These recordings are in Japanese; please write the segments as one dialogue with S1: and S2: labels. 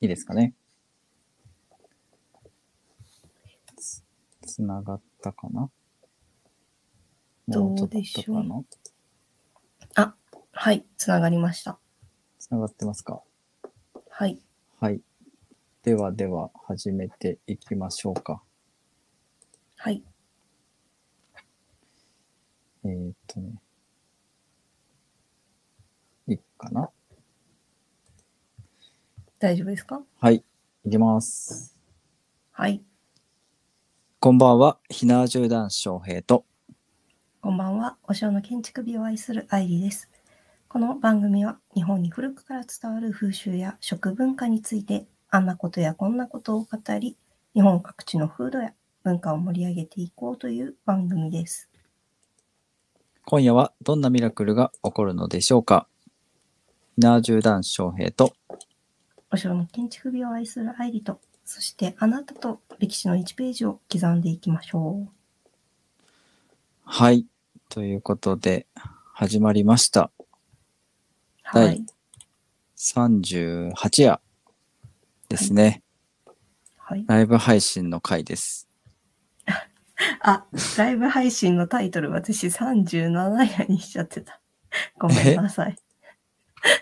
S1: いいですかね。つつながったかなもうちょっ
S2: どうでし
S1: と
S2: ょ
S1: か
S2: う
S1: な
S2: はい、つながりました。
S1: つながってますか
S2: はい。
S1: はい。ではでは始めていきましょうか。
S2: はい。
S1: えーっとね。いいかな
S2: 大丈夫ですか
S1: はい。いきます。
S2: はい。
S1: こんばんは。ひなじゅう男子翔平と。
S2: こんばんは。お城の建築美を愛する愛理です。この番組は日本に古くから伝わる風習や食文化について、あんなことやこんなことを語り、日本各地の風土や文化を盛り上げていこうという番組です。
S1: 今夜はどんなミラクルが起こるのでしょうかひなじゅう男子翔平と。
S2: お城の建築美を愛する愛理と、そしてあなたと歴史の1ページを刻んでいきましょう。
S1: はい。ということで、始まりました。はい
S2: はい。
S1: 38夜ですね。
S2: はい、
S1: ライブ配信の回です。
S2: あ、ライブ配信のタイトル私37夜にしちゃって た。ごめんなさい。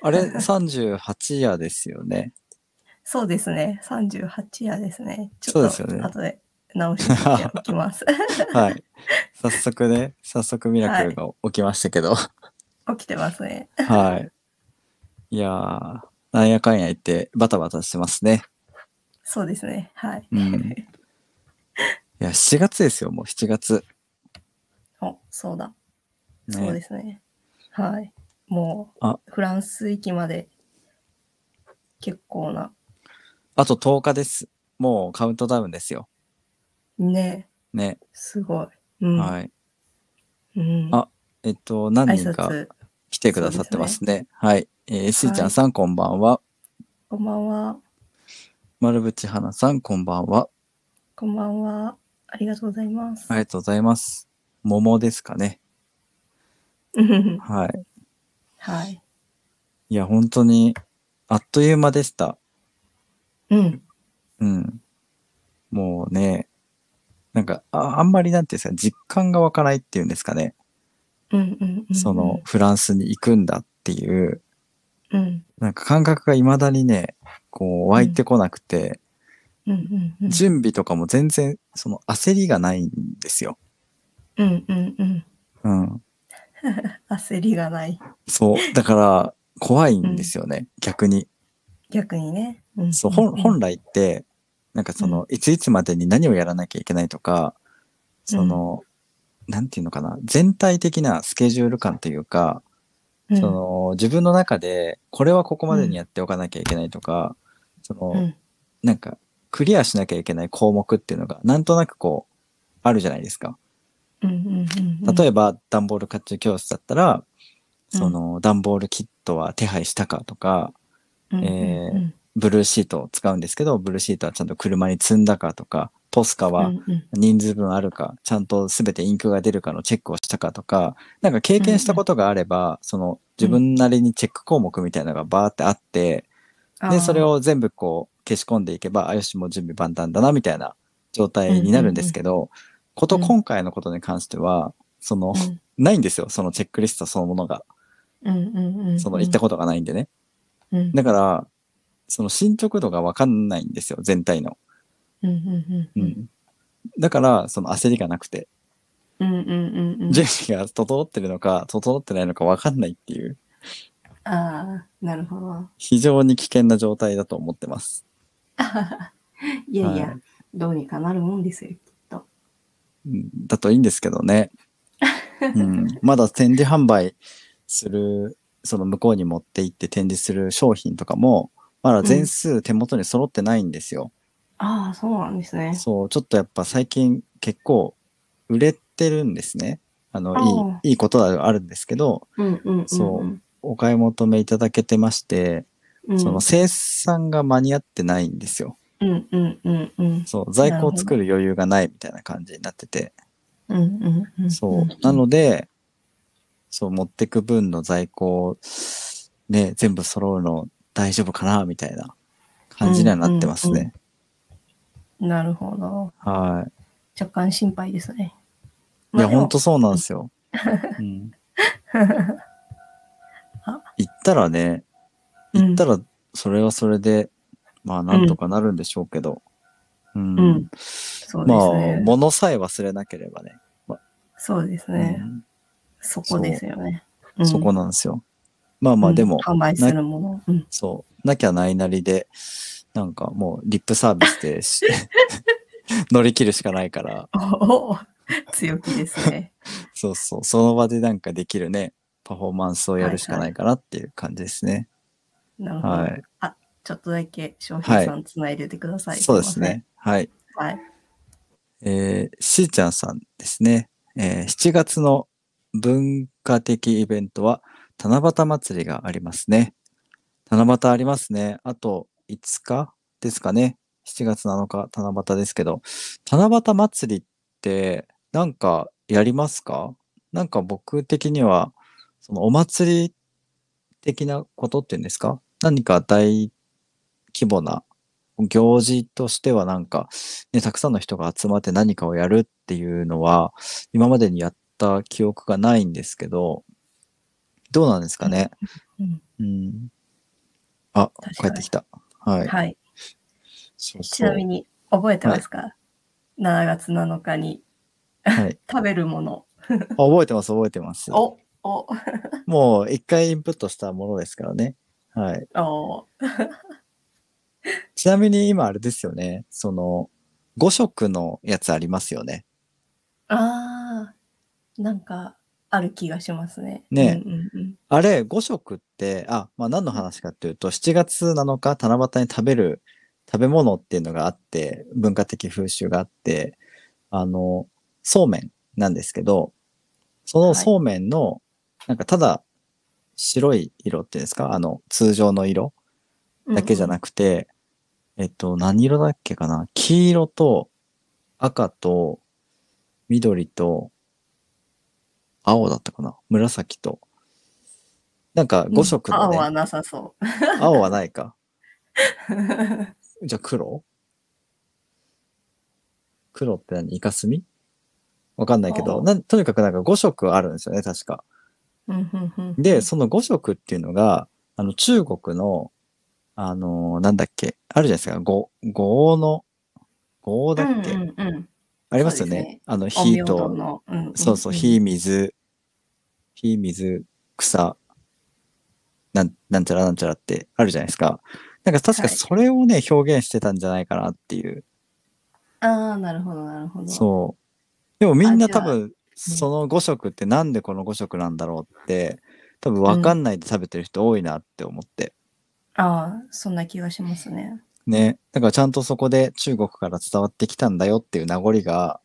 S1: あれ、38夜ですよね。
S2: そうですね。38夜ですね。ち
S1: そう
S2: ょ
S1: で
S2: っ
S1: すよね
S2: と後で直してお きます。
S1: はい。早速ね、早速ミラクルが起きましたけど。は
S2: 起きてますね。
S1: い。い、やー、なんやかんや言ってバタバタしてますね。
S2: そうですね。はい。
S1: うん。いや、7月ですよ、もう7月。
S2: お、そうだ。
S1: ね
S2: そうですね。はい。も
S1: あ
S2: う、フランス行きまで結構な、
S1: あと10日です。もうカウントダウンですよ。
S2: ね、
S1: ね。
S2: すごい。うん。
S1: はい。
S2: うん、
S1: あえっと、何
S2: 挨
S1: 人か
S2: 拶、
S1: 来てくださってますね。はい。えー、しーちゃ
S2: は
S1: ん
S2: い
S1: さん、こんばんは。
S2: こんばんは。
S1: 丸渕花さん、こんばんは。
S2: こんばんは。ありがとうございます。
S1: ありがとうございます。桃ですかね。
S2: うん
S1: はい。
S2: はい。
S1: いや、本当に、あっという間でした。
S2: うん。
S1: うん。もうね、なんか、ああんまりなんていうんですか、実感が湧かないっていうんですかね。
S2: うんうんうんうん。
S1: その、フランスに行くんだっていう、
S2: うん、
S1: なんか感覚が未だにね、こう湧いてこなくて、
S2: うんうんうん。
S1: 準備とかも全然、その焦りがないんですよ。
S2: うんうんうん。
S1: うん。
S2: 焦りがない。
S1: そう。だから、怖いんですよね、逆に。
S2: 逆にね。うん
S1: そう、本
S2: ん
S1: 本来って、なんかその、いついつまでに何をやらなきゃいけないとか、その、なんていうのかな、全体的なスケジュール感というか、
S2: うん
S1: その、自分の中で、これはここまでにやっておかなきゃいけないとか、その、
S2: うん
S1: なんか、クリアしなきゃいけない項目っていうのが、なんとなくこう、あるじゃないですか。
S2: うんうんうんうん、
S1: 例
S2: え
S1: えば、段ボール活中教室だったら、その、段ボールキットは手配したかとか、
S2: ば
S1: えーブルーシートを使うんですけど、ブルーシートはちゃんと車に積んだかとか、ポスカは人数分あるか、ちゃんと全てインクが出るかのチェックをしたかとか、なんか経験したことがあれば、その自分なりにチェック項目みたいなのがバーってあって、で、それ、を全部こう消し込んでいけば、あ、よし、もう準備万端だな、みたいな状態になるんですけど、こと今回のことに関しては、その、ないんですよ、そのチェックリストそのものが。その行った
S2: こ
S1: ことがないんでね。
S2: と、うん
S1: だから、その進捗度がわかんないんですよ、全体の。
S2: うんうん
S1: う
S2: うんうん
S1: ん。だから、その焦りがなくて、
S2: うんうんうんうん
S1: 準備が整ってるのか、整ってないのかわかんないっていう、
S2: ああ、なるほど。
S1: 非常に危険な状態だと思ってます。
S2: いやいや、
S1: はい
S2: どうにかなるもんですよ。
S1: うんだといいんですけどね。うん、まだ展示販売する、その向こうに持って行って展示する商品とかも、まだ全数手元に揃ってないんですよ。
S2: ああ、そうなんですね。
S1: そう、ちょっとやっぱ最近結構売れてるんですね。あの
S2: あ、
S1: いい、いいことはあるんですけど、
S2: うんうんうん、
S1: そうお買い求めいただけてまして、
S2: うん。
S1: その生産が間に合ってないんですよ。
S2: うんうんうんうん。
S1: そう、在庫を作る余裕がないみたいな感じになってて。
S2: うんうんうん。
S1: そう。なので、そう、持ってく分の在庫を、ね、全部揃うの大丈夫かなみたいな感じにはなってますね。
S2: なるほど。
S1: はい。
S2: 若干心配ですね。
S1: いや、
S2: まあでも
S1: 本当そうなんです よ。うん、
S2: あ
S1: 行ったらね、
S2: うん
S1: 行ったら、それはそれで、まあ、なんとかなるんでしょうけど。うん。
S2: うん。そうで
S1: ますあ、
S2: ね。
S1: 物さえ忘れなければね。
S2: そうですね。そこですよね。
S1: うんそこ
S2: の、
S1: なんですよ。まあまあ、でも、
S2: 販売するもの。うん。
S1: そう、なきゃないなりで、なんかもう、リップサービスでし 乗り切るしかないから、
S2: おお強気ですね。
S1: そうそう、その場でなんかできるね、パフォーマンスをやるしかないかなっていう感じですね。
S2: なるほど。
S1: はい。
S2: ちょっとだけ翔平さんつないでてください。
S1: そうですね。はい。
S2: すいません。はい。
S1: えーしーちゃんさんですね、えー7月の文化的イベントは七夕祭りがありますね。七夕ありますね。あと5日ですかね。7月7日、七夕ですけど、七夕祭りってなんかやりますかなんか僕的には、そのお祭り的なことっていうんですか何か大規模な行事としてはなんかね、たくさんの人が集まって何かをやるっていうのは、今までにやった記憶がないんですけど、どうなんですかね。
S2: うん
S1: うん。あ帰
S2: 確、かに
S1: ってきた。はい。
S2: はい。
S1: そう
S2: ちなみ
S1: に。
S2: に、覚えてますか、?7 月7日に
S1: はい。
S2: 食べるもの。
S1: あ覚えてます、覚えてます。
S2: おお
S1: もう一回インプットしたものですからね。はい。
S2: お
S1: ちなみに今あれですよね。その、5色のやつありますよね。
S2: あー、なんか、ある気がしますね。
S1: ね
S2: うんうんうん、
S1: あれ、5色って、あ、まあ何の話かっていうと、7月7日、七夕に食べる食べ物っていうのがあって、文化的風習があって、あの、そうめんなんですけど、そ
S2: は
S1: の
S2: い
S1: そうめんの、なんかただ白い色っていうんですか、あの、通常の色だけじゃな
S2: く
S1: くて、えっと、何色だっけかな黄色と赤と緑と青だったかな紫と。なんか5色のね、
S2: 青はなさそう
S1: 青はないか。 じゃあ黒黒って何イカスミわかんないけ
S2: あ
S1: ど
S2: ー
S1: なん、とにかくなんか5色あるんですよね、確か。
S2: うんうんうん。
S1: で、その5色っていうのが、あの、中国の、あのーなんだっけ、あるじゃないですか、五五黄の、五黄だっけ、
S2: うんうんうん、
S1: ありますよ
S2: そ
S1: ね。
S2: うですね
S1: あの、
S2: 陰
S1: 火
S2: 陽道
S1: と、
S2: の、うんんん
S1: そうそう、火、水、火、水、草、なん、なんちゃらなんちゃらってあるじゃないですか。なんか確か
S2: はい
S1: それをね、表現してたんじゃないかなっていう。
S2: ああ、なるほど、なるほど。
S1: そう。でもみんな多
S2: あ
S1: 分、その5色ってなんでこの5色なんだろうって、多分わかんないで食べてる人多いなって思って。
S2: ああ、そんな気がしますね。
S1: ね。だからちゃんとそこで中国から伝わってきたんだよっていう名残が、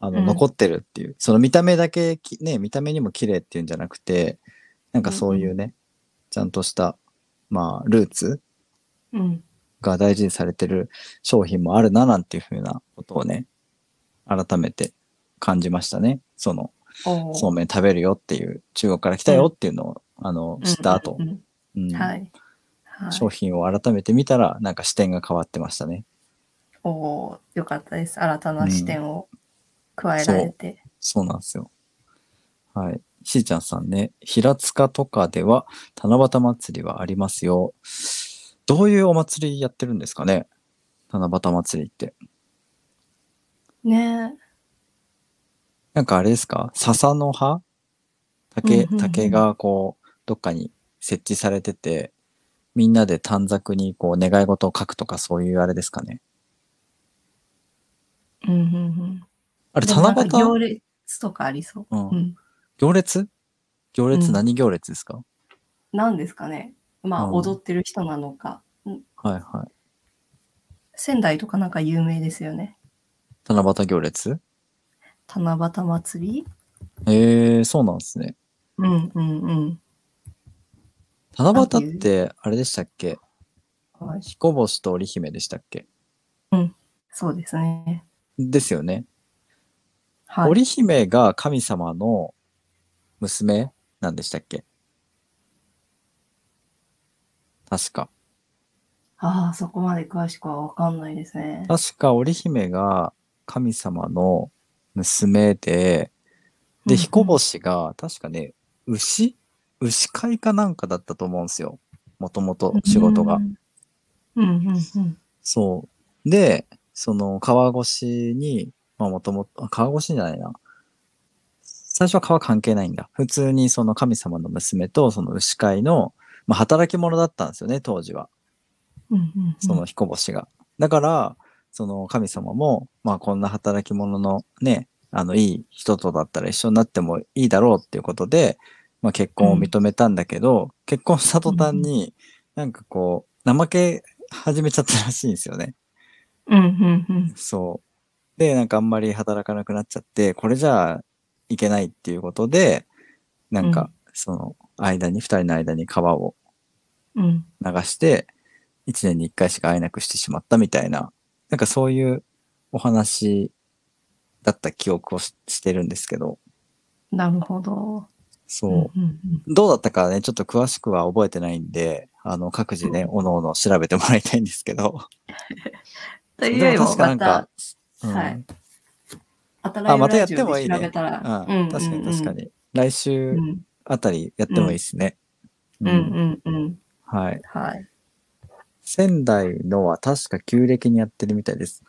S1: あの、
S2: うん
S1: 残ってるっていう。その見た目だけき、ね、見た目にも綺麗っていうんじゃなくて、なんかそういうね、ちゃんとした、まあ、ルーツ
S2: うん。
S1: が大事にされてる商品もあるな、なんていうふうなことをね、改めて感じましたね。その、
S2: おー
S1: そうめん食べるよっていう、中国から来たよっていうのを、あの、知った後
S2: う、んうん
S1: うん
S2: うんはい。はい、
S1: 商品を改めて見たら、なんか視点が変わってましたね。
S2: おおー、よかったです。新たな視点を加えられて。
S1: そうなんですよ。はい。しーちゃんさんね、平塚とかでは七夕祭りはありますよ。どういうお祭りやってるんですかね七夕祭りって。
S2: ね
S1: なんかあれですか笹の葉
S2: う
S1: 竹
S2: んうんう、ん
S1: 竹がこう、どっかに設置されてて、みんなで短冊にこう願い事を書くとかそういうあれですかね。
S2: え。うんうんうん。
S1: あれ、
S2: でもなん
S1: 七
S2: か
S1: 夕
S2: 行列とかありそう。
S1: うん
S2: うん。
S1: 行列行
S2: う
S1: 列
S2: ん
S1: 何行列ですか、
S2: なんですかね。まあ、
S1: うん
S2: 踊ってる人なのか。うん
S1: はいはい。
S2: 仙台とかなんか有名ですよね。
S1: 七夕行列
S2: 七夕祭り
S1: ええー、そうなんですね。
S2: うんうんうん。
S1: 七夕って、あれでしたっけ
S2: はい
S1: 彦星と織姫でしたっけ
S2: そうですね。
S1: ですよね。
S2: はい。
S1: 織姫が神様の娘なんでしたっけ確か。
S2: ああ、そこまで詳しくはわかんないですね。
S1: 確か織姫が神様の娘で、で、
S2: うん
S1: 彦星が確かね、牛牛飼いかなんかだったと思うんですよ。もともと仕事が
S2: う。んうんうんうん。
S1: そう。で、その川越に、まあもともと、あ川越じゃないな。最初は川関係ないんだ。普通にその神様の娘とその牛飼いの、まあ働き者だったんですよね、当時は。
S2: うんうんうん
S1: その彦星が。だから、その神様も、まあこんな働き者のね、あのいい人とだったら一緒になってもいいだろうっていうことで、まあ結婚を認めたんだけど、結婚した途端に、なんかこう、怠け始めちゃったらしいんですよね。
S2: うんうんうん。
S1: そう。で、なんかあんまり働かなくなっちゃって、これじゃあいけないっていうことで、なん
S2: う
S1: か
S2: ん
S1: その間に、二人の間に川を
S2: うん
S1: 流して、一年に一回しか会えなくしてしまったみたいな、なんかそういうお話だった記憶をししてるんですけど、
S2: なるほど。
S1: そう。
S2: うんうんうん
S1: どうだったかね、ちょっと詳しくは覚えてないんで、あの、各自ね、おのおの調べてもらいたいんですけど。
S2: というよ
S1: で
S2: り
S1: も
S2: も、
S1: 確かな
S2: ま
S1: ん
S2: た
S1: か、、うん
S2: はいあた
S1: あ、またや
S2: ラ
S1: っ
S2: ジ
S1: ても
S2: オ
S1: い
S2: で
S1: い
S2: 調
S1: ね
S2: べ。たら、
S1: う
S2: うん
S1: ん、確かに確か。に。来週
S2: うん
S1: あたりやってもいいですね。
S2: うんうんうん。
S1: はい。
S2: はい。
S1: 仙台のは確か旧暦にやってるみたいです。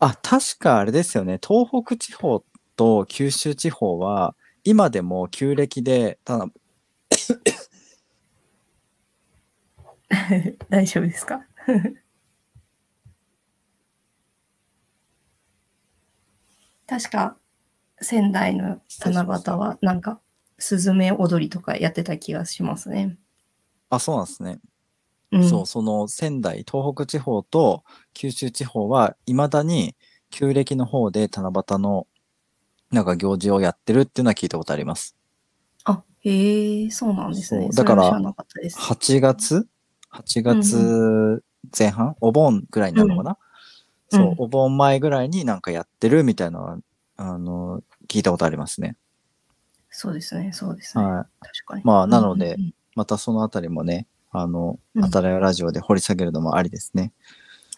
S1: あ、確かあれですよね。東北地方と九州地方は、今でも旧暦で、ただ、
S2: 大丈夫ですか確か仙台の七夕はなんかスズメ踊りとかやってた気がしますね。
S1: あ、そうなんですね。
S2: うん、
S1: そう、その仙台、東北地方と九州地方は、未だに旧暦の方で七夕の、なんか行事をやってるっていうのは聞いたことあります。
S2: あへえそうなんです
S1: そ
S2: ね。
S1: うだから
S2: それは知らなかったです。
S1: 8月 ?8 月前半、お盆ぐらいになるのかな、
S2: うん
S1: そう
S2: うん、
S1: お盆前ぐらいになんかやってるみたいなのは、あの、聞いたことありますね。
S2: そうですねそうですね。
S1: はい。
S2: 確かに。
S1: まあなので
S2: うんうん
S1: またそのあたりもね、あの、
S2: うん
S1: あたらやラジオで掘り下げるのもありですね。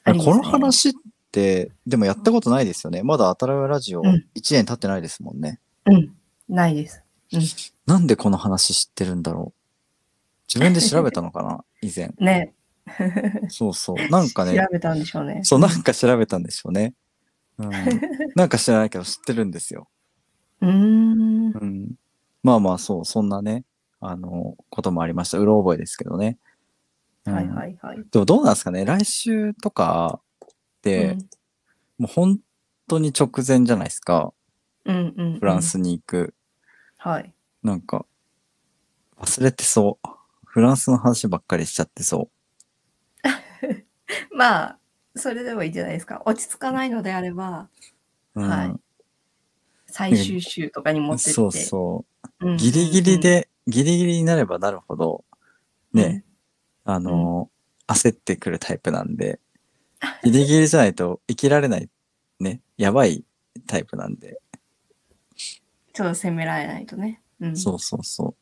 S2: ありです
S1: こ
S2: ね
S1: の話って、でもやったことないですよね。まだあたらやラジオ
S2: う
S1: 1
S2: ん
S1: 年経ってないですもんね。
S2: うんうん、ないです。
S1: なんでこの話知ってるんだろう。自分で調べたのかな以 前。
S2: ね。
S1: そうそう。なんかね
S2: 調、べたんでしょうね。
S1: そう、なんか調べたんでしょうね。 うん、なんか知らないけど知ってるんですよ。
S2: うー
S1: う
S2: ん。
S1: ん、まあまあ、そう、そんなね、あの、こともありました。うろ覚えですけどね。うん
S2: はいはいはい。
S1: でもどうなんですかね、来週とかって、
S2: うん
S1: もう本当に直前じゃないですか、
S2: うんうんうん、
S1: フランスに行く。
S2: はい。
S1: なんか、忘れてそう。フランスの話ばっかりしちゃってそう。
S2: まあ、それでもいいんじゃないですか。落ち着かないのであれば、
S1: うん
S2: はい最終週とかに持ってって。
S1: そうそ
S2: うんう
S1: う。
S2: んうん
S1: ギリギリ、で、ギリギリになればなるほど、ね、あの、焦ってくるタイプなんで、ギリギリじゃないと生きられない、ね、やばいタイプなんで、
S2: ちょっと責められないとね。うん、
S1: そうそうそ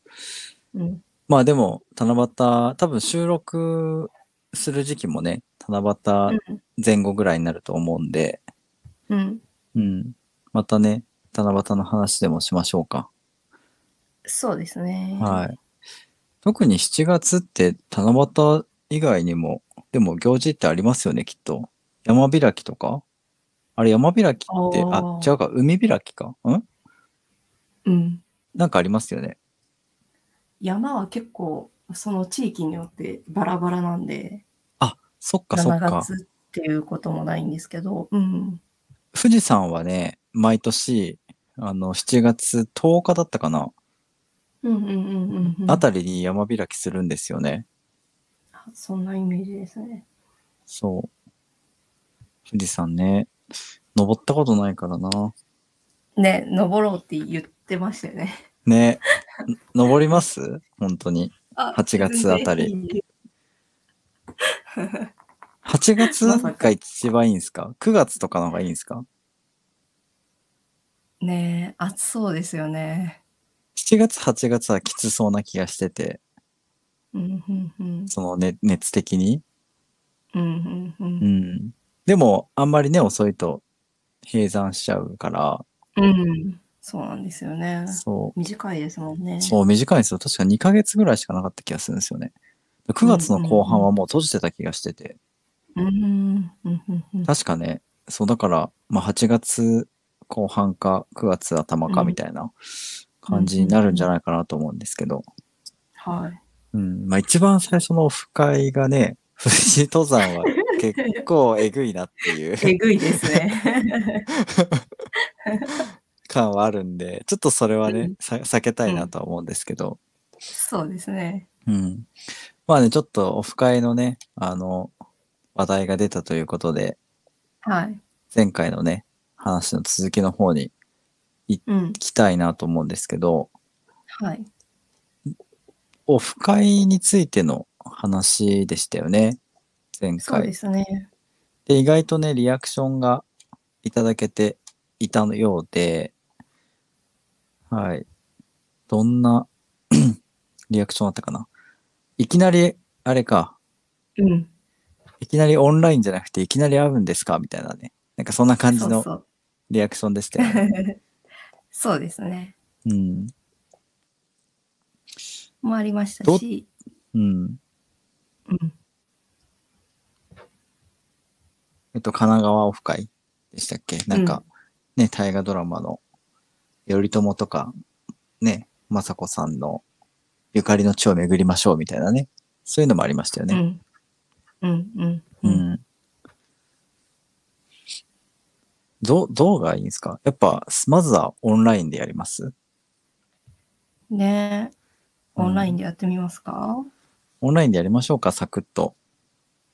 S1: う。
S2: うん。
S1: まあでも、七夕、多分収録する時期もね、七夕前後ぐらいになると思うんで、
S2: うん。
S1: うん。またね、七夕の話でもしましょうか。
S2: そうですね。
S1: はい。特に7月って七夕以外にも、でも行事ってありますよね、きっと。山開きとかあれ山開きって、あ
S2: あ、ー
S1: 違うか、海開きか。ん
S2: うん。
S1: なんかありますよね。
S2: 山は結構、その地域によってバラバラなんで、
S1: あ、そっかそっ
S2: 7
S1: か。
S2: 月っていうこともないんですけど、うん。
S1: 富士山はね、毎年、あの、7月10日だったかな、
S2: うんうんうんうん、うん。
S1: あたりに山開きするんですよね。
S2: あそんなイメージですね。
S1: そう。富士山ね、登ったことないからな。
S2: ね、登ろうって言ってましたよね。
S1: ね、ん登ります本当に。
S2: あ
S1: 8月あたり
S2: 全然いいね
S1: 8月
S2: まさか
S1: が一番いいんですか ?9 月とかの方がいいんですか
S2: ねえ、暑そうですよね。
S1: ?7 月、8月はきつそうな気がしてて、
S2: うんうんうん
S1: その、ね、熱的に。
S2: うんう
S1: うんん。でも、あんまりね、遅いと閉山しちゃうから、
S2: うん。うん。そうなんですよね。
S1: そ
S2: 短いですもんね。
S1: う、そう、短いんですよ。確か2ヶ月ぐらいしかなかった気がするんですよね。9月の後半はもう閉じてた気がしてて、
S2: うんうんうんうん。
S1: 確かね、そう、だから、まあ8月後半か9月頭かみたいな感じになるんじゃないかなと思うんですけど、
S2: はい。
S1: うん、まあ一番最初のオフ会がね、 富士登山は結構えぐいなっていう。
S2: えぐいですね。
S1: 感はあるんで、ちょっとそれはね、
S2: うん
S1: さ避けたいなとは思うんですけど、
S2: そうですね。
S1: うん。まあね、ちょっとオフ会のね、あの、話題が出たということで、
S2: はい。
S1: 前回のね、話の続きの方に
S2: うん
S1: 行。きたいなと思うんですけど、
S2: はい。
S1: オフ会についての話でしたよね、前
S2: そう
S1: 回。
S2: で
S1: です
S2: ね。
S1: 意外とね、リアクションがいただけていたようで、はい。どんな リアクションだったかないきなり、あれか、
S2: うん。
S1: いきなりオンラインじゃなくていきなり会うんですかみたいなね。なんかそんな感じの
S2: そう
S1: リアクションでした
S2: そ
S1: よね。
S2: う。そうですね。
S1: うん。
S2: もありましたし。
S1: うん。
S2: うん。
S1: えっと、神奈川オフ会でしたっけなんか、ね、大河ドラマの、頼朝とか、ね、政子さんの、ゆかりの地を巡りましょうみたいなね。そういうのもありましたよ
S2: う
S1: ね。
S2: ん。うん。うん。
S1: う
S2: うん。
S1: ん。どう、どうがいいんですかやっぱ、まずはオンラインでやります
S2: ねえ
S1: うん
S2: オンラインでやってみますか、
S1: オンラインでやりましょうか、サクッと。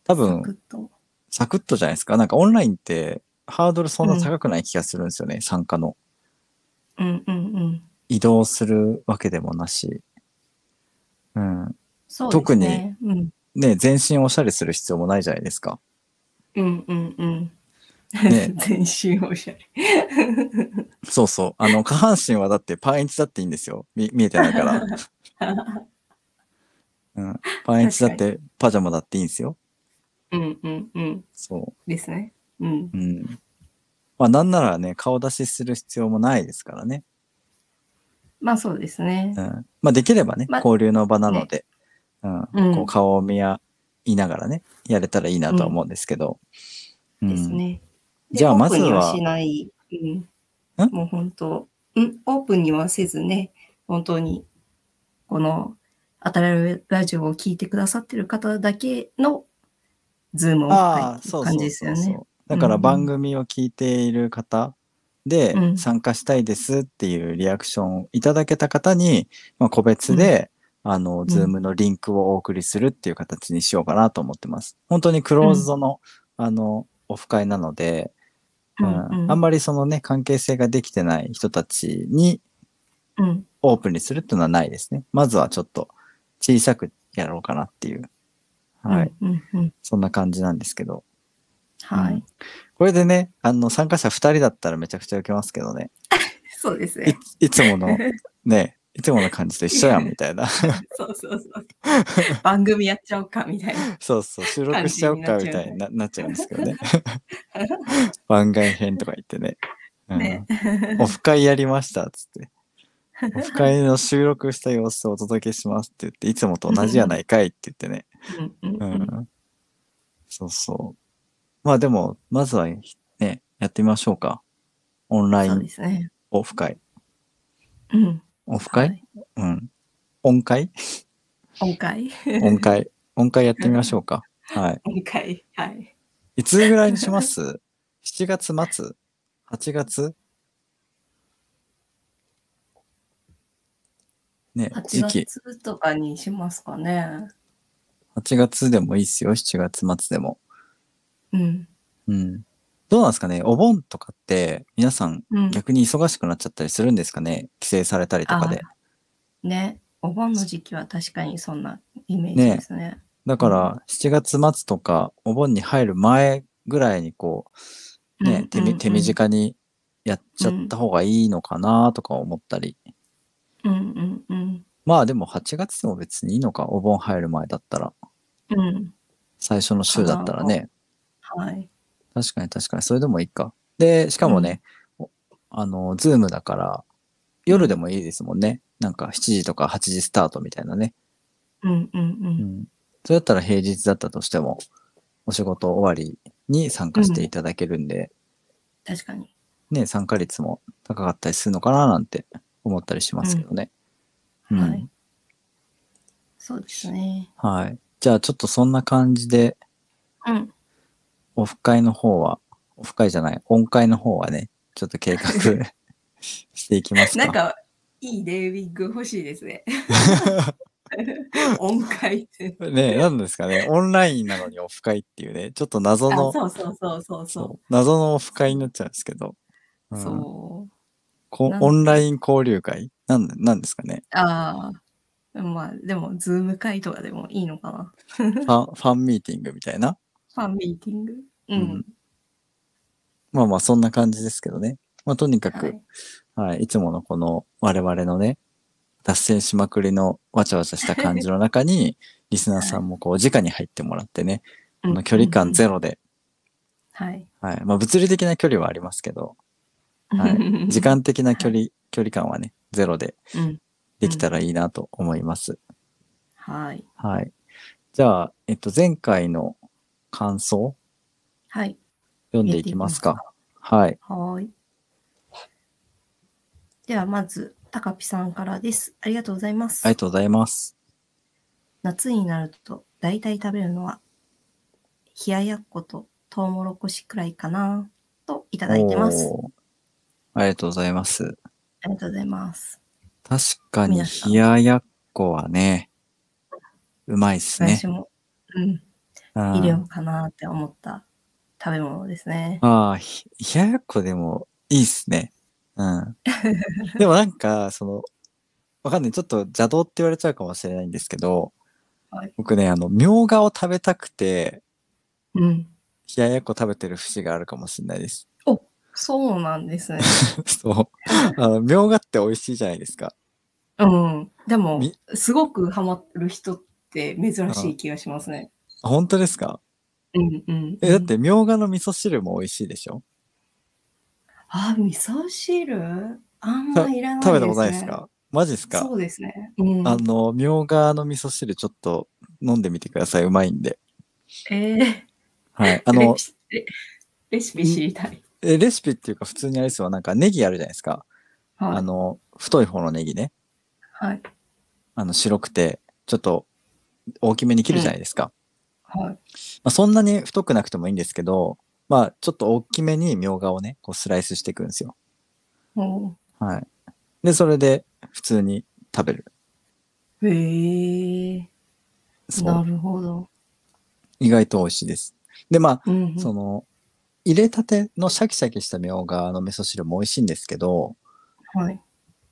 S1: 多分
S2: サ、クッと。
S1: サクッとじゃないですか。なんかオンラインってハードルそんな高くない気がするんですよね。参加の。
S2: うんうんうん。
S1: 移動するわけでもなし。うん。
S2: そう
S1: 特に
S2: ですね。うん。
S1: ね、全身おしゃれする必要もないじゃないですか。
S2: うんうんうん。
S1: ね
S2: 全身 おしゃれ。
S1: そうそう。あ の、下半身はだってパンイチだっていいんですよ。み見えてない から。うん。パンイチだってパジャマだっていいんですよ。
S2: うんうんうん。
S1: そ
S2: ですね。うん。
S1: う。うん。まあなんならね、顔出しする必要もないですからね。
S2: まあそうですね
S1: う。ん。まあできればね、
S2: ま
S1: 交流の場なので、うん。
S2: うん
S1: こう顔を見合いながらね、やれたらいいなとは思うんですけど。うん
S2: ですね。で
S1: じゃあまず
S2: オープンに
S1: は
S2: はしない。うん
S1: ん。
S2: もう本当、うん、オープンにはせずね、本当に、この、当たるラジオを聞いてくださってる方だけの、ズームを
S1: ああ、
S2: って
S1: そう
S2: 感
S1: そ
S2: じ
S1: う
S2: です
S1: そ
S2: よ
S1: う
S2: ね。
S1: そう。だから
S2: うん
S1: 番組を聞いている方で
S2: う、ん
S1: 参加したいですっていうリアクションをいただけた方に、まあ、個別で、あの、
S2: ん
S1: ズームのリンクをお送りするっていう形にしようかなと思ってます。本当にクローズドの、あの、オフ会なので、
S2: うんうん
S1: あんまりそのね、関係性ができてない人たちに
S2: うん。
S1: オープンにするっていうのはないですね。まずはちょっと小さくやろうかなっていう。はい。
S2: うんうん。
S1: そんな感じなんですけど。
S2: は
S1: うん
S2: い。
S1: これでね、あの、参加者2人だったらめちゃくちゃ受けますけどね。
S2: そうです
S1: い
S2: ね。
S1: いつも の、ね、いつもの感じと一緒やんみたいな。
S2: そうそうそう。 番組やっちゃおうか、みたいな。
S1: そうそう、収録しちゃおうか
S2: 感じ
S1: み
S2: になっちゃう
S1: たいにななっちゃうんですけどね。 番外編とか言ってね。うん
S2: ね。
S1: オフ会やりましたっつって。オフ会の収録した様子をお届けしますって言って、いつもと同じやないかいって言ってね。
S2: うんうん
S1: う
S2: うん。
S1: ん。そうそう。まあでも、まずはね、やってみましょうか。オンライ
S2: そうで
S1: ン
S2: すね。
S1: オフ会。
S2: うん。
S1: オフ会、
S2: はい
S1: うん。音 会
S2: 今回。
S1: 音階音階やってみましょうか。はい。
S2: 今回。はい。
S1: いつぐらいにします ?7 月末 ?8 月ね、時
S2: 8
S1: 期。
S2: 月とかにしますかね。
S1: 8月でもいいっすよ。7月末でも。
S2: うん。
S1: うん。どうなんですかねお盆とかって、皆さん
S2: うん。
S1: 逆に忙しくなっちゃったりするんですかね帰省されたりとかで。
S2: ね。お盆の時期は確かにそんなイメージですね。
S1: だから、7月末とか、お盆に入る前ぐらいにこう、
S2: うんうんう
S1: ね
S2: ん、
S1: 手み手短にやっちゃった方がいいのかなとか思ったり。
S2: うんうんうん。
S1: まあでも8月でも別にいいのか、お盆入る前だったら。
S2: うん。
S1: 最初の週だったらね。
S2: はい。
S1: 確かに確かに。それでもいいか。で、しかもね、おあの、ズームだから、夜でもいいですもんね。なんか7時とか8時スタートみたいなね。
S2: うんうんう。
S1: うんん。それだったら平日だったとしても、お仕事終わりに参加していただけるんで、
S2: 確かに。
S1: ね、参加率も高かったりするのかななんて思ったりしますけどね。うん
S2: はい。そうですね。
S1: はい。じゃあちょっとそんな感じで、
S2: うん。
S1: オフ会の方は、オフ会じゃない、オン会の方はね、ちょっと 計画していきますか。
S2: なんか、いいデイウィッグ欲しいで すね。音階って。
S1: ねなんですかね、オンラインなのにオフ会っていうね、ちょっと謎
S2: あ、
S1: の、
S2: そうそうそうそ
S1: そ
S2: うそう
S1: 謎のオフ会になっちゃうんですけど、う
S2: う。
S1: ん
S2: そう。
S1: こ
S2: なん
S1: オンライン交流会なんなんですかね
S2: ああ。まあ、でも、ズーム会とかでもいいのかな。
S1: ファンファンミーティングみたいな
S2: ファンミーティング。う
S1: うん
S2: ん。
S1: まあまあそんな感じですけどね。まあとにか
S2: は
S1: く、
S2: い。
S1: はい、いつものこの我々のね、脱線しまくりのわちゃわちゃした感じの中 に、リスナーさんもこう、直に入ってもらってね、この距離感ゼ
S2: ロ。
S1: ロで、
S2: はい。
S1: はい、まあ物理的な距離はありますけど、は 時間的な距離、距離感はね、ゼロで
S2: うん。
S1: できたらいいなと思います。
S2: はい。
S1: はい。じゃあ、えっと、前回の感想、
S2: はい。
S1: 読んでいきますか。はい。
S2: はーい。では、まず、たかぴさんからです。ありがとうございます。
S1: ありがとうございます。
S2: 夏になると大体食べるのは冷ややっこととうもろこしくらいかなといただいてます。
S1: おーありがとうございます。
S2: ありがとうございます。
S1: 確かに
S2: 皆さん
S1: 冷ややっこはね、うまいっすね
S2: 私。も、うん、
S1: うん
S2: 入れようかなって思った食べ物ですね。
S1: ああ、ひ冷ややっこでもいいっすね。 うん。でもなんか、その、わかんない。ちょっと邪道って言われちゃうかもしれないんですけど、
S2: はい
S1: 僕ね、あの、みょうがを食べたくて、
S2: うん。
S1: 冷ややっこ食べてる節があるかもしれないです。
S2: そうなんですね。
S1: そう。あの、みょうがって美味しいじゃないですか。
S2: うん。でも
S1: み、
S2: すごくハマる人って珍しい気がしますね。
S1: あ本当ですか
S2: うんうん。
S1: え、だっ。て、みょうがの味噌汁も美味しいでしょ
S2: あ、味噌汁あんまいらないです、
S1: 食
S2: ね。
S1: べたことないですかマジですか
S2: そうですね。うん。
S1: あの、みょうがの味噌汁ちょっと飲んでみてください。うまいんで。
S2: えー
S1: はい。あ
S2: レ
S1: の、
S2: シレレシピ知りたい。
S1: えレシピっていうか普通にあれですよ。なんかネギあるじゃないですか。
S2: はい、
S1: あの、太い方のネギね。
S2: はい。
S1: あの、白くて、ちょっと大きめに切るじゃないですか。
S2: はい。
S1: まあ、そんなに太くなくてもいいんですけど、まあ、ちょっと大きめにみょうがをね、こうスライスしていくんですよ。
S2: お
S1: はい。で、それで普通に食べる。
S2: ーへえー、
S1: そ
S2: な
S1: う。
S2: るほど。
S1: 意外と美味しいです。で、まあ、
S2: うんうん。
S1: その、入れたてのシャキシャキしたみょうがの味噌汁も美味しいんですけど、
S2: はい。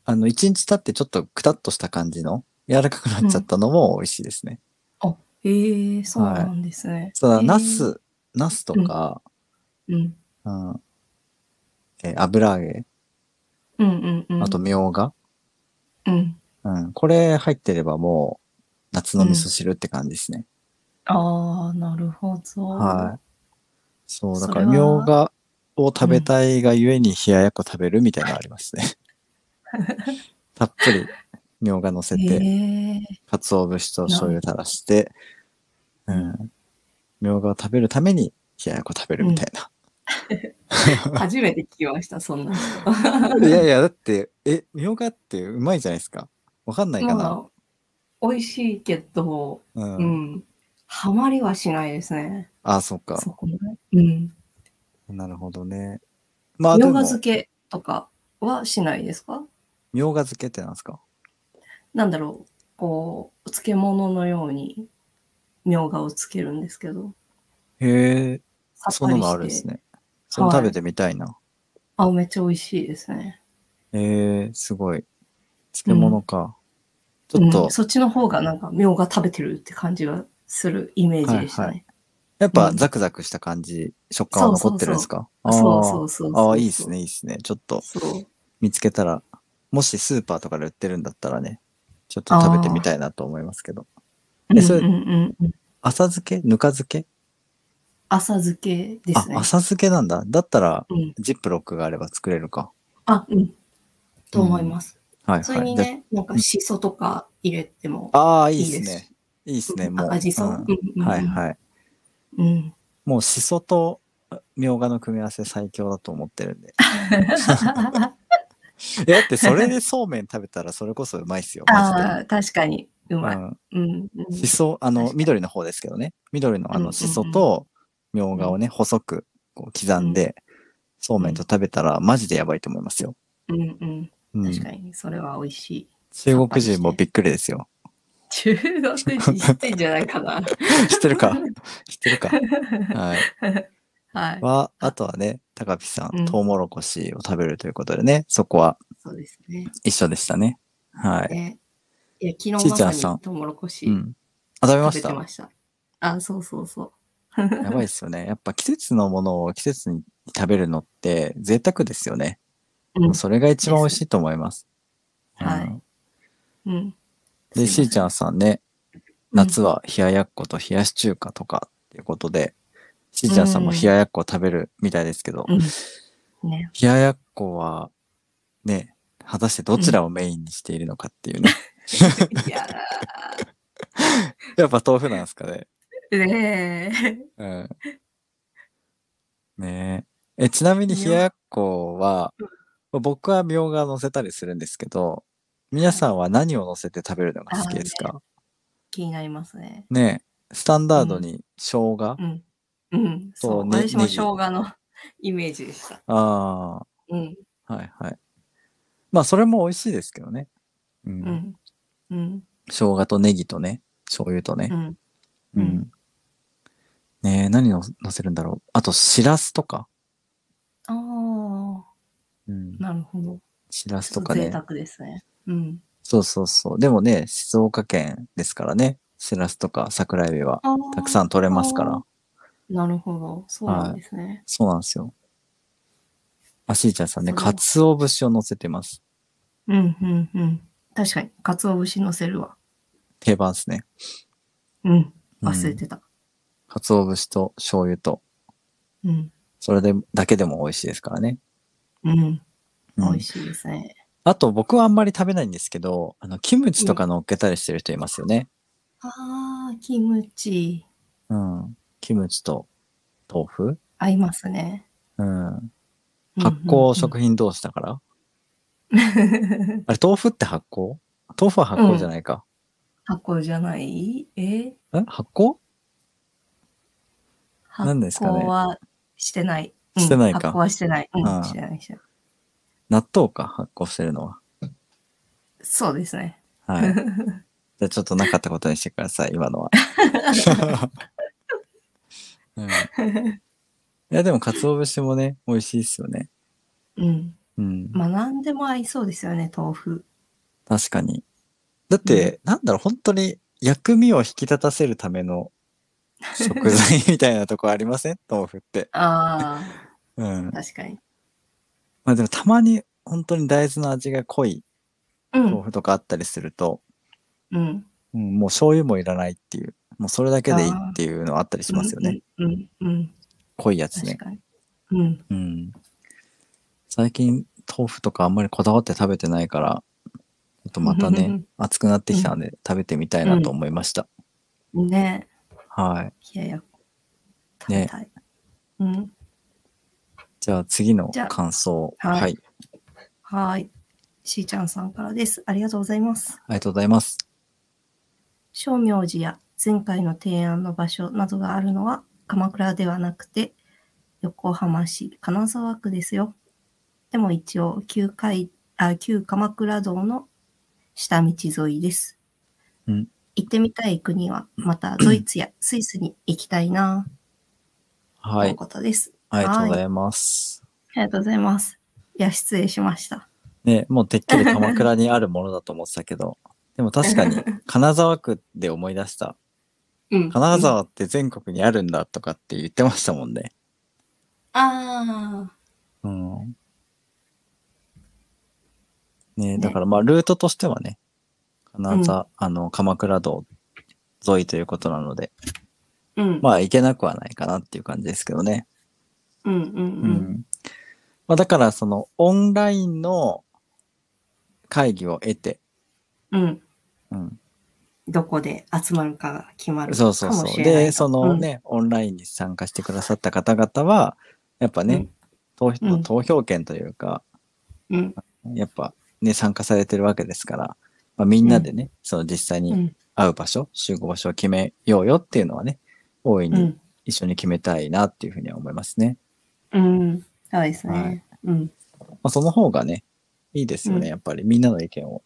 S1: あの、一日経ってちょっとくたっとした感じの、柔らかくなっちゃったのも美味しいですね。
S2: えー、そうなんですね。
S1: そうだ、
S2: えー
S1: ナス、ナスとか、
S2: うん。
S1: うん、えー油揚げ、
S2: うんうんうん。
S1: あと、みょうが、
S2: うん。
S1: うん、これ入ってればもう、夏の味噌汁って感じですね。
S2: ああ、なるほど。
S1: はい。そう、だから、
S2: それは
S1: みょうがを食べたいがゆえに冷ややっこ食べるみたいなのあります ね。たっぷり、みょうが乗せ
S2: え
S1: て、
S2: ー、
S1: かつお節と醤油垂らして、うん。みょうがを食べるために、冷ややっこ食べるみたいな。
S2: 初めて聞きました、そんな人。
S1: いやいや、だって、え、みょうがってうまいじゃないですか。わかんないかな。
S2: まあ、美味しいけど、
S1: うん。
S2: うん。ハマりはしないですね。
S1: あ、そっか。
S2: そこまで。うん。
S1: なるほどね。まあ、
S2: み
S1: で
S2: ょう
S1: も
S2: が、漬けとかはしないですか
S1: みょうが漬けってなんですか
S2: なんだろう、こう、お漬物のように、みょうがをつけるんですけど、
S1: へえ、
S2: さっ
S1: そん
S2: ぱ
S1: な
S2: り
S1: のあるんで
S2: し
S1: す
S2: て、
S1: ね。それ食べてみたいな。
S2: あ、めっちゃ美味しいですね。
S1: ええすごい。漬物か。ちょっと、
S2: うんそっちの方がなんか、みょうが食べてるって感じがするイメージでしたね。
S1: やっぱザクザクした感じ、食感は残ってるんですか
S2: そう
S1: あ
S2: そ
S1: ー
S2: うそうそう。
S1: あー、いいですね、いいですね。ちょっと
S2: そう。
S1: 見つけたら、もしスーパーとかで売ってるんだったらね、ちょっと食べてみたいなと思いますけど。
S2: うん
S1: それ
S2: うんうんうん。
S1: あ浅漬けぬか漬け
S2: 浅漬けで
S1: あ
S2: す、ね。
S1: 浅漬けなんだ。だったら、
S2: うん、
S1: ジップロックがあれば作れるか。
S2: あ、うん。と思います。
S1: はい
S2: それ
S1: はい。
S2: に
S1: じゃ
S2: ね、なんかしそとか入れても
S1: ああー、
S2: い
S1: い
S2: い
S1: い
S2: で
S1: ですすね。いいですね、もう。
S2: 赤じそ。うん
S1: う
S2: うん
S1: ん
S2: うん
S1: はいはい。
S2: うん。
S1: もう、しそとみょうがの組み合わせ最強だと思ってる んで。いやだって、それでそうめん食べたら、それこそうまいっすよ。マ
S2: ああ、確かに、うま
S1: ジ
S2: い
S1: で。。うん
S2: うん。うん
S1: しそ、あ
S2: 確
S1: の
S2: か、に
S1: 緑の方ですけどね。緑のあ
S2: うんうんう
S1: の、
S2: ん
S1: しそとみょうがをね、細くこう刻んで、そうめんと食べたら、マジでやばいと思いますよ。
S2: うんうん。
S1: うん
S2: 確かに、それは美味しい。
S1: 中国人もびっくりですよ。
S2: 中国人知ってんじゃないかな。
S1: 知ってるか 知ってるかはい。
S2: はい。
S1: は、あとはね、高ピさ
S2: うん
S1: ん、トウモロコシを食べるということでね、そこは
S2: そうですね。
S1: 一緒でしたね。はい。
S2: ねいや、昨
S1: ち
S2: 日
S1: ーちゃ
S2: ま
S1: んさ
S2: さに
S1: ん
S2: トウモロコシ
S1: うん。あ、食べま
S2: 食
S1: し
S2: べて
S1: た
S2: ました。あ、そうそうそう。
S1: やばいっすよね。やっぱ季節のものを季節に食べるのって贅沢ですよね。
S2: うん
S1: それが一番美味しいと思います。
S2: はい
S1: うん
S2: うん。
S1: で、しーちゃんさんね、夏
S2: は。
S1: は冷ややっこと冷やし中華とかっていうことで、しーちゃんさんも冷ややっこ食べるみたいですけど、
S2: うんね。
S1: 冷ややっこは、ね、果たしてどちらをメインにしているのかっていうね。
S2: いや
S1: やっぱ豆腐なんですかね。
S2: ーね
S1: うん。ねえ。え、ちなみに冷ややっこは、僕はみょうが乗せたりするんですけど、皆さんは何を乗せて食べるのが好きですか
S2: 気になりますね。
S1: ねえ、スタンダードに生姜、
S2: うん。うん。
S1: そ
S2: そう。
S1: うね
S2: 私も
S1: ネ
S2: 生
S1: ギ
S2: 姜のイメージでした。
S1: あ
S2: うん。
S1: あ、はいはい。まあ、それも美味しいですけどね。う。
S2: うんん。うん。
S1: 生姜とネギとね、醤油とね
S2: う。ん。
S1: うん。ねえ、何の乗せるんだろう。あと、しらすとか。
S2: ああ、
S1: うん。
S2: なるほど。
S1: しらす
S2: ちょ
S1: と
S2: っと
S1: か
S2: 贅
S1: ね。
S2: 沢ですね。うん。
S1: そうそうそう。でもね、静岡県ですからね、シラスとか桜エビは
S2: あ
S1: たく
S2: ん。
S1: さん取れますか
S2: あー
S1: ら。
S2: なるほど。そうなんですね。
S1: そうなんですよ。あ、しーちゃんさんね、
S2: そう
S1: かつお節を乗せてます。
S2: うんうんうん。確かに、鰹節乗せるわ。
S1: 定番ですね。
S2: うん。
S1: うん
S2: 忘れてた。
S1: かつお節と醤油と、
S2: うん。
S1: それで、だけでも美味しいですからね。
S2: うん。
S1: う
S2: 美
S1: ん
S2: 味しいですね。
S1: あと、僕はあんまり食べないんですけど、あの、キムチとか乗っけたりしてる人いますよね。
S2: ああ、キムチ。
S1: うん。キムチと豆腐
S2: 合いますね。
S1: うん。
S2: うん
S1: 発酵食品同士だから。
S2: う
S1: あ
S2: ん
S1: れ、豆腐って発酵豆腐は発酵じゃないか。
S2: 発酵じゃないえ
S1: え発酵
S2: 発
S1: 何ですかね
S2: 酵はしてない。うん
S1: してないか
S2: 発酵はしてない。うん
S1: ああ
S2: してないしてない
S1: 納豆か、発酵してるのは。
S2: そうですね。
S1: はい。じゃあちょっとなかったことにしてください、今の は。うん、いや、でも、鰹節もね、美味しいですよね。
S2: うん。
S1: うん。
S2: まあ何でも合いそうですよね、豆腐。
S1: 確かに。だって、なんだろう、本当に薬味を引き立たせるための食材みたいなとこありま せん豆腐って。
S2: あ
S1: うん
S2: あ、。確かに。
S1: まあでも、たまに本当に大豆の味が濃いう豆
S2: ん。
S1: 腐とかあったりすると、
S2: うん。
S1: うん、もう醤油もいらないっていう、もうそれだけでいいっていうのあったりしますよね。。
S2: うん。うん。うん
S1: 濃いやつね
S2: 確。かに。うん。
S1: うん。最近、豆腐とかあんまりこだわって食べてないから、ちょっとまた
S2: うんうんう
S1: ね
S2: ん、
S1: 熱くなってきたんで食べてみたいなと思いました。
S2: ね
S1: はい。
S2: 冷ややっこ。食べたい。うん。
S1: じゃあ次の
S2: じゃあ
S1: 感想。
S2: はい
S1: はい。
S2: はーい。しーちゃんさんからです。ありがとうございます。
S1: ありがとうございます。
S2: 照明寺や前回の提案の場所などがあるのは鎌倉ではなくて横浜市金沢区ですよ。でも一応旧海あ旧鎌倉道の下道沿いです。
S1: うん
S2: 行ってみたい国はまたド イツやスイスに行きたいなと
S1: は
S2: いう
S1: い。
S2: ことです。
S1: ありがとうございます。
S2: ありがとうございます。いや、失礼しました。
S1: ね、もうてっきり鎌倉にあるものだと思ってたけど、 でも確かに金沢区で思い出した。
S2: うん
S1: 金沢って全国にあるんだとかって言ってましたもんね。
S2: ああ。
S1: うん。ね
S2: ね
S1: だからまあ、ルートとしてはね、金沢、あの、鎌倉道沿いということなので、
S2: うん。
S1: まあいけなくはないかなっていう感じですけどね。
S2: うんうん
S1: う
S2: うん。
S1: んまあ、だからそのオンラインの会議を得て、
S2: うん。
S1: うん、
S2: どこで集まるかが決まるか
S1: そ
S2: も
S1: う
S2: しれ
S1: そ
S2: な
S1: う
S2: い
S1: そう。で、その、
S2: と
S1: ね、オンラインに参加してくださった方々は、やっぱね、投票
S2: うん
S1: 投票権というか、
S2: うんうん
S1: やっぱね、参加されてるわけですから、まあ、みんなでね、その実際
S2: う
S1: に
S2: ん
S1: 会う場所、集合場所を決めようよっていうのはね、大いうに
S2: ん
S1: 一緒に決めたいなっていうふうには思いますね。
S2: うん。そうです
S1: は
S2: ね。うん。
S1: まあ、その方がね、いいですよね、
S2: うん
S1: やっぱりみんなの意見を